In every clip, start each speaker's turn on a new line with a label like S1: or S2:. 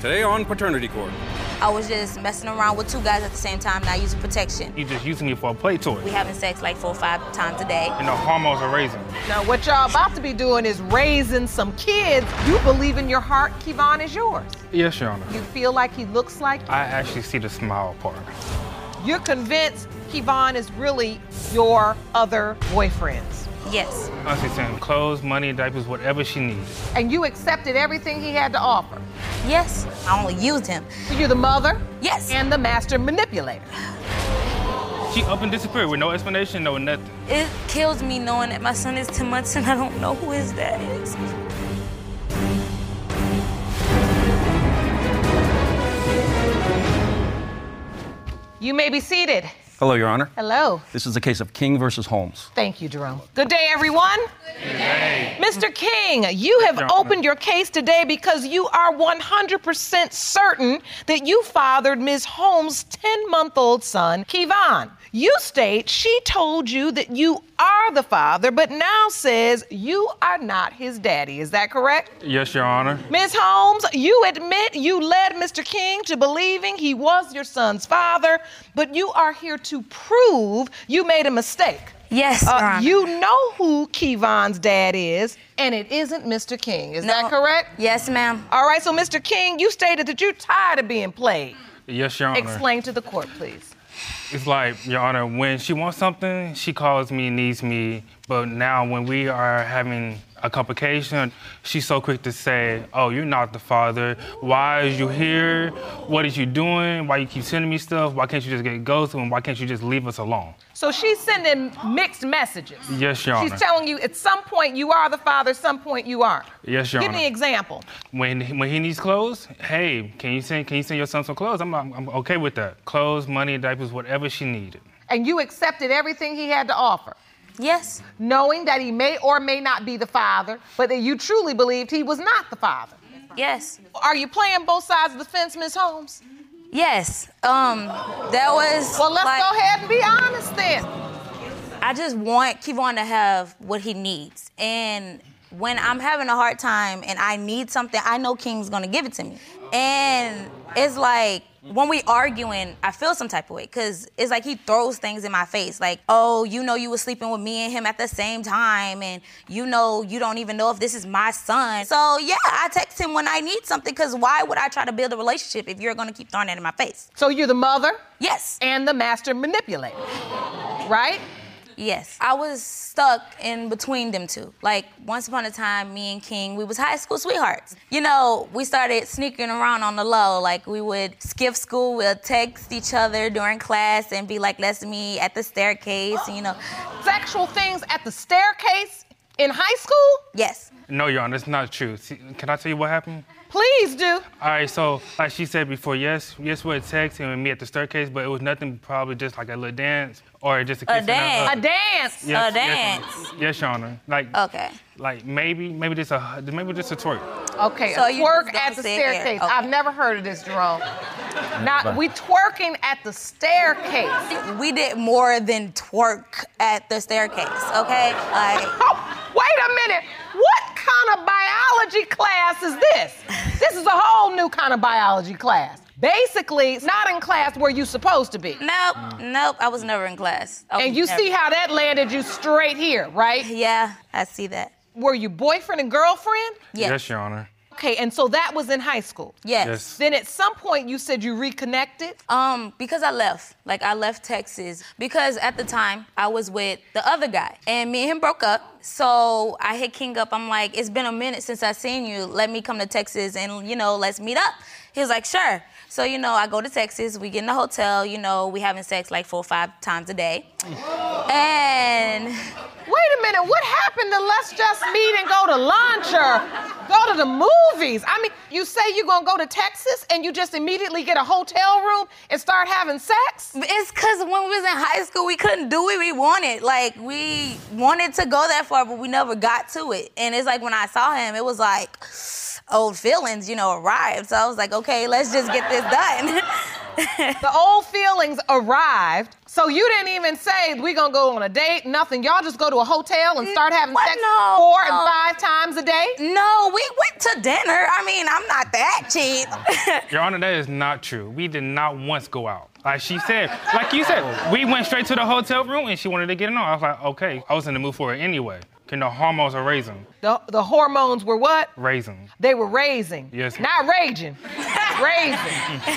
S1: Today on Paternity Court.
S2: I was just messing around with two guys at the same time, not using protection.
S3: You just using it for a play toy.
S2: We having sex like four or five times a day.
S3: And the hormones are raising.
S4: Now, what y'all about to be doing is raising some kids. You believe in your heart Kevon is yours.
S3: Yes, Your Honor.
S4: You feel like he looks like
S3: I actually see the smile part.
S4: you're convinced Kevon is really your other boyfriend's.
S2: Yes.
S3: I see saying clothes, money, diapers, whatever she needed.
S4: And you accepted everything he had to offer.
S2: Yes. I only used him.
S4: So you're the mother
S2: Yes.
S4: and the master manipulator.
S3: She up and disappeared with no explanation, no nothing.
S2: It kills me knowing that my son is 10 months and I don't know who his dad is.
S4: You may be seated.
S1: Hello, Your Honor.
S4: Hello.
S1: This is a case of King versus Holmes.
S4: Thank you, Jerome. Good day, everyone. Mr. King, you have
S3: Gentlemen.
S4: opened your case today because you are 100% certain that you fathered Ms. Holmes' 10 month old son, Kevon. You state she told you that you are the father, but now says you are not his daddy. Is that correct?
S3: Yes, Your Honor.
S4: Ms. Holmes, you admit you led Mr. King to believing he was your son's father, but you are here to prove you made a mistake.
S2: Yes,
S4: Uh,
S2: Your Honor.
S4: you know who Kevon's dad is, and it isn't Mr. King. Is that
S2: No.
S4: correct? Uh,
S2: Yes, ma'am.
S4: All right, so Mr. King, you stated that you're tired of being played.
S3: Yes, Your Honor.
S4: Explain to the court, please.
S3: It's like, Your Honor, when she wants something, she calls me, needs me. But now when we are having a complication, she's so quick to say, Oh, you're not the father. Why is you here? What is you doing? Why you keep sending me stuff? Why can't you just get ghosted? And why can't you just leave us alone?
S4: So she's sending mixed messages.
S3: Yes, Your Honor.
S4: She's telling you at some point you are the father, some point you aren't.
S3: Yes, Your
S4: Give me
S3: Honor.
S4: an example.
S3: When when he needs clothes, hey, can you send can you send your son some clothes? I'm I'm, I'm okay with that. Clothes, money, diapers, whatever she needed.
S4: And you accepted everything he had to offer.
S2: Yes.
S4: knowing that he may or may not be the father, but that you truly believed he was not the father.
S2: Yes.
S4: Are you playing both sides of the fence, Ms. Holmes?
S2: Yes. Um, that was.
S4: Well, let's
S2: like,
S4: go ahead and be honest then.
S2: I just want Kevon to have what he needs. And when I'm having a hard time and I need something, I know King's gonna give it to me. And it's like when we arguing, I feel some type of way. Cause it's like he throws things in my face. Like, oh, you know you were sleeping with me and him at the same time, and you know you don't even know if this is my son. So yeah, I text him when I need something, cause why would I try to build a relationship if you're gonna keep throwing that in my face?
S4: So you're the mother
S2: Yes.
S4: and the master manipulator, right?
S2: Yes. I was stuck in between them two. Like once upon a time, me and King, we was high school sweethearts. You know, we started sneaking around on the low. Like we would skip school, we'll text each other during class and be like, let's meet at the staircase, you know.
S4: Sexual things at the staircase in high school?
S2: Yes.
S3: No, Your Honor, it's not true. See, can I tell you what happened?
S4: Please do.
S3: All right, so like she said before, yes, yes, we're texting and we meet at the staircase, but it was nothing. Probably just like a little dance or just a kiss. and
S2: dance.
S3: hug.
S4: A
S3: Yes,
S4: dance.
S2: A
S3: yes, Yes, Your Honor. Like
S2: Okay.
S3: like maybe maybe just a maybe just a twerk.
S4: Okay,
S2: So
S4: a
S2: you
S4: twerk
S2: just don't
S4: at the
S2: sit there.
S4: staircase.
S2: Okay.
S4: I've never heard of this, Jerome. Now, we twerking at the staircase.
S2: We did more than twerk at the staircase, okay? Like,
S4: Oh, wait a minute. What kind of biology class is this? This is a whole new kind of biology class. Basically, it's not in class where you supposed to be.
S2: nope, nope, I was never in class. I
S4: And
S2: was
S4: you
S2: never-
S4: see how that landed you straight here, right?
S2: Yeah, I see that.
S4: Were you boyfriend and girlfriend?
S2: Yes.
S3: yes Your Honor.
S4: Okay, and so that was in high school.
S2: Yes.
S3: Yes.
S4: Then at some point you said you reconnected.
S2: Um, because I left. Like I left Texas because at the time I was with the other guy, and me and him broke up. So I hit King up. I'm like, it's been a minute since I seen you. Let me come to Texas and you know, let's meet up. He was like, sure. So, you know, I go to Texas, we get in a hotel, you know, we having sex like four or five times a day. And
S4: Wait a minute, what happened to let's just meet and go to lunch or go to the movies? I mean, you say you're gonna go to Texas and you just immediately get a hotel room and start having sex?
S2: It's because when we was in high school, we couldn't do what we wanted. Like we wanted to go that far, but we never got to it. And it's like when I saw him, it was like old feelings, you know, arrived. So I was like, okay, let's just get this done.
S4: The old feelings arrived, so you didn't even say we're gonna go on a date, nothing. Y'all just go to a hotel and start having
S2: What?
S4: sex
S2: No,
S4: four and
S2: no.
S4: five times a day?
S2: no, we went to dinner. I mean, I'm not that cheap.
S3: Your Honor, that is not true. We did not once go out. Like she said, like you said, we went straight to the hotel room and she wanted to get it on. I was like, okay, I was in the mood for it anyway. Can the hormones are raising?
S4: The, the hormones were what?
S3: Raising.
S4: They were raising.
S3: Yes,
S4: Not raging. raising.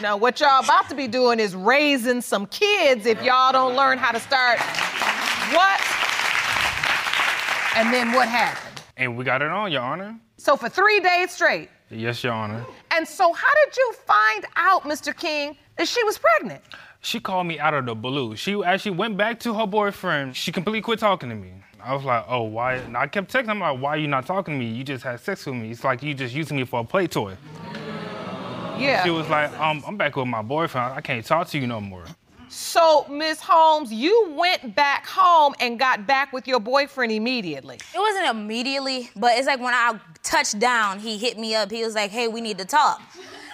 S4: now, what y'all about to be doing is raising some kids if y'all don't learn how to start. What? And then what happened?
S3: And we got it on, Your Honor.
S4: So, for three days straight.
S3: Yes, Your Honor.
S4: And so, how did you find out, Mr. King, that she was pregnant?
S3: She called me out of the blue. She actually went back to her boyfriend. She completely quit talking to me. I was like, oh, why? And I kept texting. I'm like, why you not talking to me? You just had sex with me. It's like you just using me for a play toy.
S4: Yeah.
S3: She was like, um, I'm back with my boyfriend. I can't talk to you no more.
S4: so, Ms. Holmes, you went back home and got back with your boyfriend immediately.
S2: It wasn't immediately, but it's like when I touched down, he hit me up. He was like, hey, we need to talk.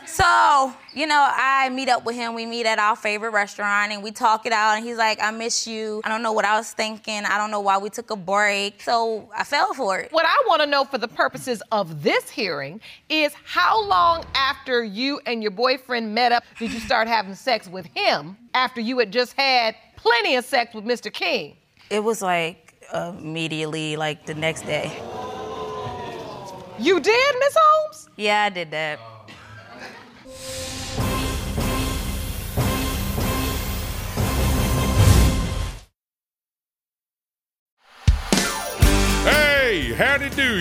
S2: So, you know, I meet up with him. We meet at our favorite restaurant and we talk it out. And he's like, I miss you. I don't know what I was thinking. I don't know why we took a break. So I fell for it.
S4: What I want to know for the purposes of this hearing is how long after you and your boyfriend met up did you start having sex with him after you had just had plenty of sex with Mr. King?
S2: It was like immediately, like the next day.
S4: You did, Miss Holmes?
S2: Yeah, I did that.
S5: Hey, howdy do,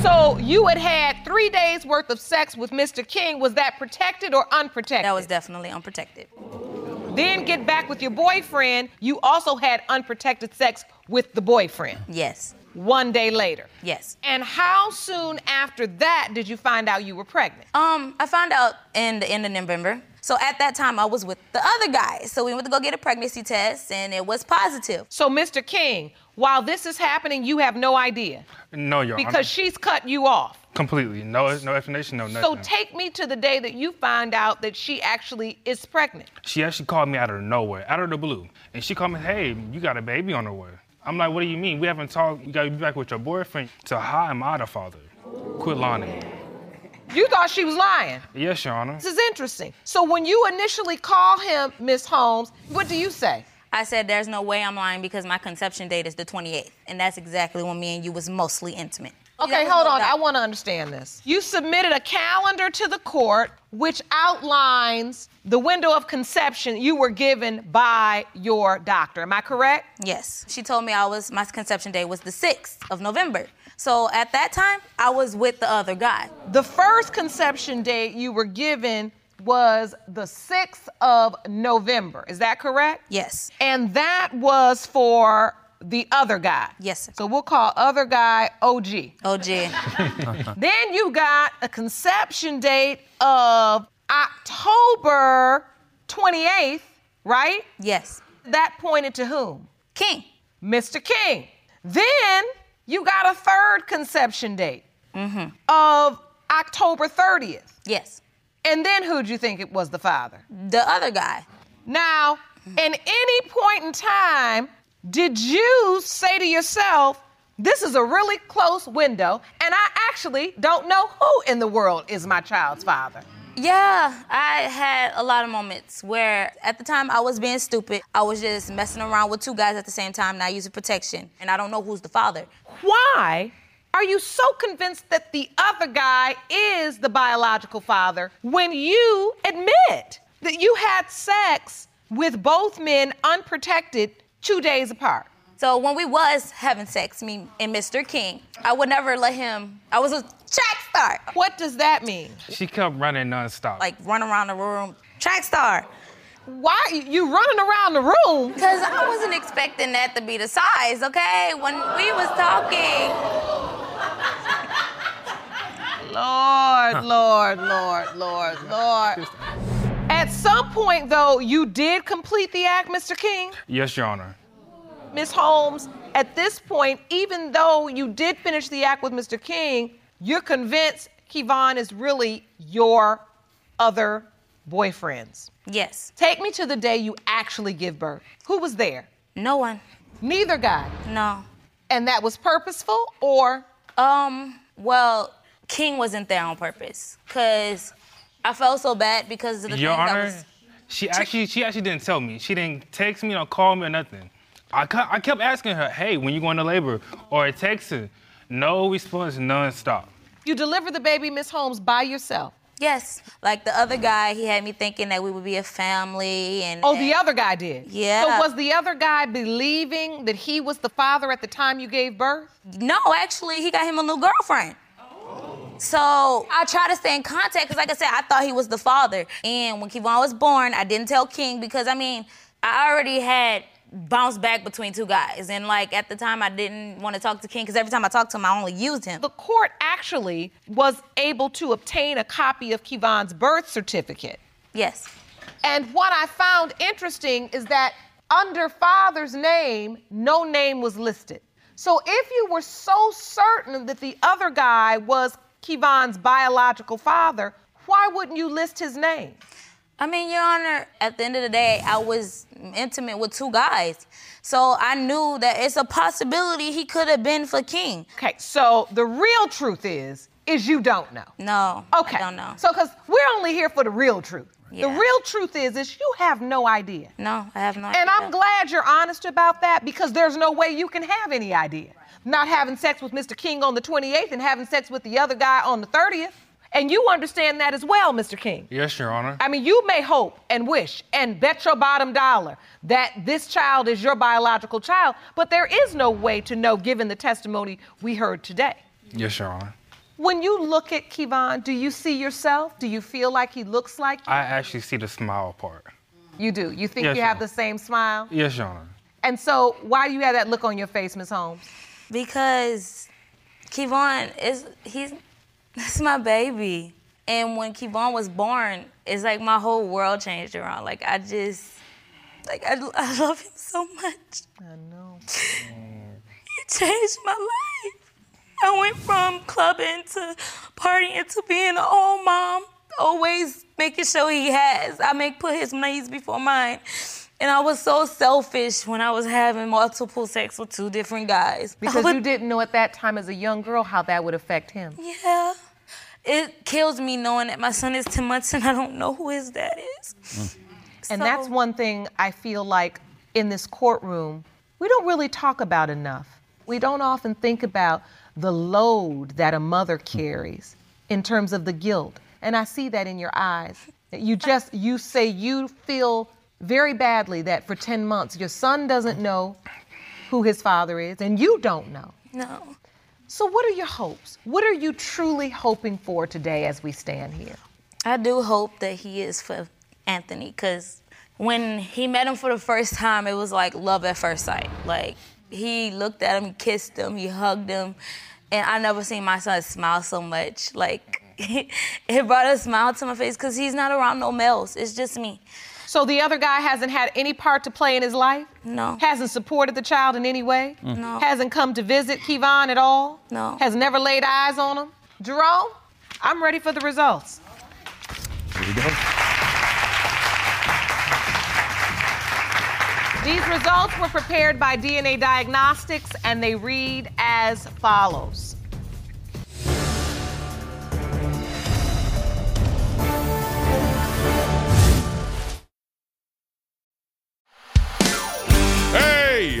S4: So you had had three days worth of sex with Mr. King. Was that protected or unprotected?
S2: That was definitely unprotected.
S4: Then get back with your boyfriend. You also had unprotected sex with the boyfriend
S2: Yes,
S4: one day later.
S2: yes.
S4: And how soon after that did you find out you were pregnant?
S2: Um, I found out in the end of November. So at that time, I was with the other guy. So we went to go get a pregnancy test, and it was positive.
S4: So, Mr. King, while this is happening, you have no idea
S3: No, Your Honor.
S4: because she's cut you off.
S3: completely. No, no explanation. No nothing.
S4: So, take me to the day that you find out that she actually is pregnant.
S3: She actually called me out of nowhere, out of the blue. And she called me, hey, you got a baby on the way. I'm like, what do you mean? We haven't talked. You got to be back with your boyfriend. So how am I the father? Quit lying.
S4: You thought she was lying.
S3: Yes, Your Honor.
S4: This is interesting. So, when you initially call him Miss Holmes, what do you say?
S2: I said, "There's no way I'm lying because my conception date is the 28th, and that's exactly when me and you was mostly intimate."
S4: Okay,
S2: That was
S4: hold
S2: no
S4: on.
S2: doubt.
S4: I want to understand this. You submitted a calendar to the court which outlines the window of conception you were given by your doctor. Am I correct?
S2: Yes, she told me I was my conception date was the 6th of November. So at that time, I was with the other guy.
S4: The first conception date you were given was the 6th of November. Is that correct?
S2: Yes.
S4: And that was for the other guy.
S2: Yes, sir.
S4: So we'll call other guy OG.
S2: Oh, gee.
S4: Then you got a conception date of October 28th, right?
S2: yes.
S4: That pointed to whom?
S2: King.
S4: Mr. King. Then you got a third conception date
S2: Mm-hmm.
S4: of October 30th.
S2: Yes.
S4: And then who'd you think it was the father?
S2: The other guy.
S4: Now, at any point in time, did you say to yourself, this is a really close window, and I actually don't know who in the world is my child's father?
S2: Yeah, I had a lot of moments where at the time I was being stupid. I was just messing around with two guys at the same time, not using protection, and I don't know who's the father.
S4: Why are you so convinced that the other guy is the biological father when you admit that you had sex with both men unprotected two days apart?
S2: So when we was having sex, me and Mr. King, I would never let him. I was a track star,
S4: What does that mean?
S3: She kept running nonstop.
S2: like run around the room, track star,
S4: Why you running around the room?
S2: because I wasn't expecting that to be the size. Okay, when we was talking,
S4: Lord, Lord, Lord, Lord, Lord. At some point, though, you did complete the act, Mr. King.
S3: yes, Your Honor.
S4: Ms. Holmes, at this point, even though you did finish the act with Mr. King, you're convinced Kevon is really your other boyfriend's.
S2: yes,
S4: Take me to the day you actually give birth. Who was there?
S2: no one,
S4: Neither guy.
S2: no.
S4: And that was purposeful or
S2: Um, well, King wasn't there on purpose because I felt so bad because of the
S3: Your
S2: things I
S3: Honor,
S2: was.
S3: she actually she actually didn't tell me. She didn't text me or call me or nothing. I, cu- I kept asking her, hey, when you going to labor? Or I text her. No response, nonstop.
S4: you deliver the baby, Miss Holmes, by yourself?
S2: Yes, like the other guy, he had me thinking that we would be a family and.
S4: Oh, the other guy did.
S2: Yeah.
S4: So was the other guy believing that he was the father at the time you gave birth?
S2: No, actually, he got him a new girlfriend. So I try to stay in contact because, like I said, I thought he was the father. And when Kevon was born, I didn't tell King because I mean, I already had bounced back between two guys, and like at the time, I didn't want to talk to King because every time I talked to him, I only used him.
S4: The court actually was able to obtain a copy of Kevon's birth certificate.
S2: Yes,
S4: And what I found interesting is that under father's name, no name was listed. So if you were so certain that the other guy was Kevon's biological father, why wouldn't you list his name?
S2: I mean, Your Honor, at the end of the day, I was intimate with two guys, so I knew that it's a possibility he could have been for King.
S4: Okay, so the real truth is, is you don't know.
S2: No,
S4: Okay.
S2: I don't know.
S4: So, because we're only here for the real truth. The
S2: Yeah.
S4: real truth is, is you have no idea.
S2: no, I have no.
S4: And
S2: idea.
S4: I'm glad you're honest about that because there's no way you can have any idea. Not having sex with Mr. King on the 28th and having sex with the other guy on the 30th. And you understand that as well, Mr. King.
S3: Yes, Your Honor.
S4: I mean, you may hope and wish and bet your bottom dollar that this child is your biological child, but there is no way to know given the testimony we heard today.
S3: yes, Your Honor.
S4: When you look at Kevon, do you see yourself? Do you feel like he looks like you?
S3: I actually see the smile part.
S4: You do. You think
S3: Yes,
S4: you have
S3: ma'am.
S4: the same smile?
S3: Yes, Your Honor.
S4: And so, why do you have that look on your face, Ms. Holmes?
S2: Because Kevon is he's that's my baby. And when Kevon was born, it's like my whole world changed around. Like I just like I, I love him so much.
S4: I know.
S2: He changed my life. I went from clubbing to partying to being an old mom, always making sure he has. I make put his needs before mine. And I was so selfish when I was having multiple sex with two different guys. I
S4: Because
S2: would-
S4: you didn't know at that time as a young girl how that would affect him.
S2: Yeah. It kills me knowing that my son is 10 months and I don't know who his dad is.
S4: And that's
S2: So-
S4: one thing I feel like in this courtroom, we don't really talk about enough. We don't often think about the load that a mother carries in terms of the guilt. And I see that in your eyes. You just, you say you feel very badly that for 10 months your son doesn't know who his father is and you don't know.
S2: No.
S4: So, what are your hopes? What are you truly hoping for today as we stand here?
S2: I do hope that he is for Anthony because when he met him for the first time, it was like love at first sight. Like, he looked at him, he kissed him, he hugged him. And I never seen my son smile so much. Like, it brought a smile to my face because he's not around no males. It's just me.
S4: So the other guy hasn't had any part to play in his life?
S2: No.
S4: Hasn't supported the child in any way? No. Hasn't come to visit Kevon at all?
S2: No.
S4: Has never laid eyes on him? Jerome, I'm ready for the results.
S1: Here we go.
S4: These results were prepared by DNA Diagnostics and they read as follows.
S5: Hey,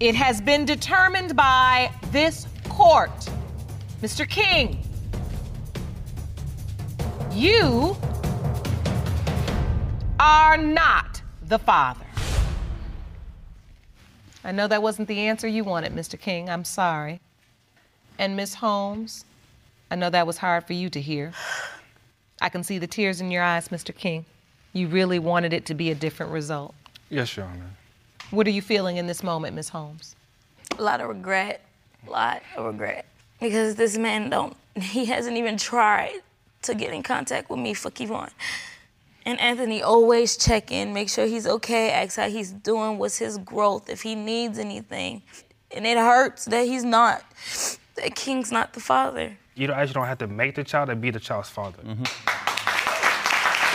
S4: It has been determined by this court. Mr. King, you are not the father. I know that wasn't the answer you wanted, Mr. King. I'm sorry. And Miss Holmes, I know that was hard for you to hear. I can see the tears in your eyes, Mr. King. You really wanted it to be a different result.
S3: Yes, Your Honor.
S4: What are you feeling in this moment, Miss Holmes?
S2: A lot of regret, a lot of regret, because this man don't. He hasn't even tried to get in contact with me for Kevon. And Anthony always check in, make sure he's okay, ask how he's doing, what's his growth, if he needs anything. And it hurts that he's not, that King's not the father.
S3: You don't, actually don't have to make the child to be the child's father.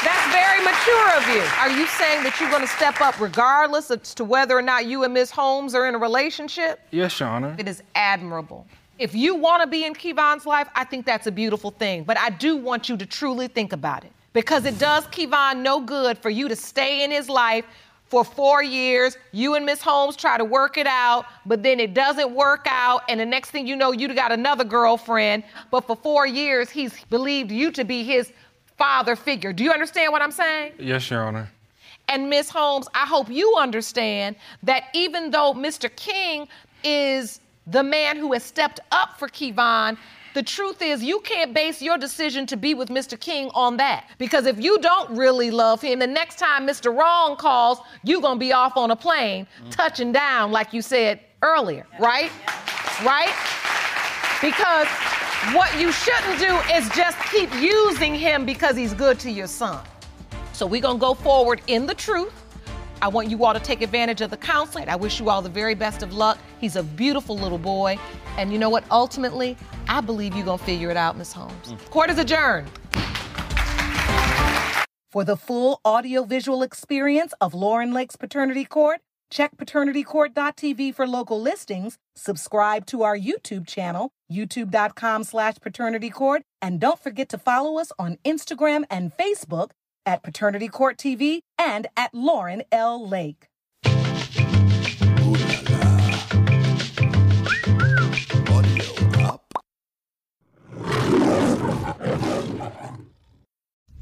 S4: That's very mature of you. Are you saying that you're going to step up regardless as to whether or not you and Miss Holmes are in a relationship?
S3: Yes, Your Honor.
S4: It is admirable. If you want to be in Kevon's life, I think that's a beautiful thing. But I do want you to truly think about it because it does Kevon no good for you to stay in his life for four years. You and Miss Holmes try to work it out, but then it doesn't work out. And the next thing you know, you got another girlfriend. But for four years, he's believed you to be his father figure. Do you understand what I'm saying?
S3: Yes, Your Honor.
S4: And Ms. Holmes, I hope you understand that even though Mr. King is the man who has stepped up for Kevon, the truth is you can't base your decision to be with Mr. King on that. Because if you don't really love him, the next time Mr. Wrong calls, you're gonna be off on a plane, touching down, like you said earlier, right? Right? Because what you shouldn't do is just keep using him because he's good to your son. So we're gonna go forward in the truth. I want you all to take advantage of the counseling. I wish you all the very best of luck. He's a beautiful little boy. And you know what? Ultimately, I believe you're gonna figure it out, Miss Holmes. Court is adjourned.
S6: For the full audiovisual experience of Lauren Lake's Paternity Court, check paternitycourt.tv for local listings, subscribe to our YouTube channel, youtube.com slash paternitycourt, and don't forget to follow us on Instagram and Facebook at Paternity Court TV and at Lauren L. Lake.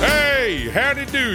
S5: Hey, howdy do,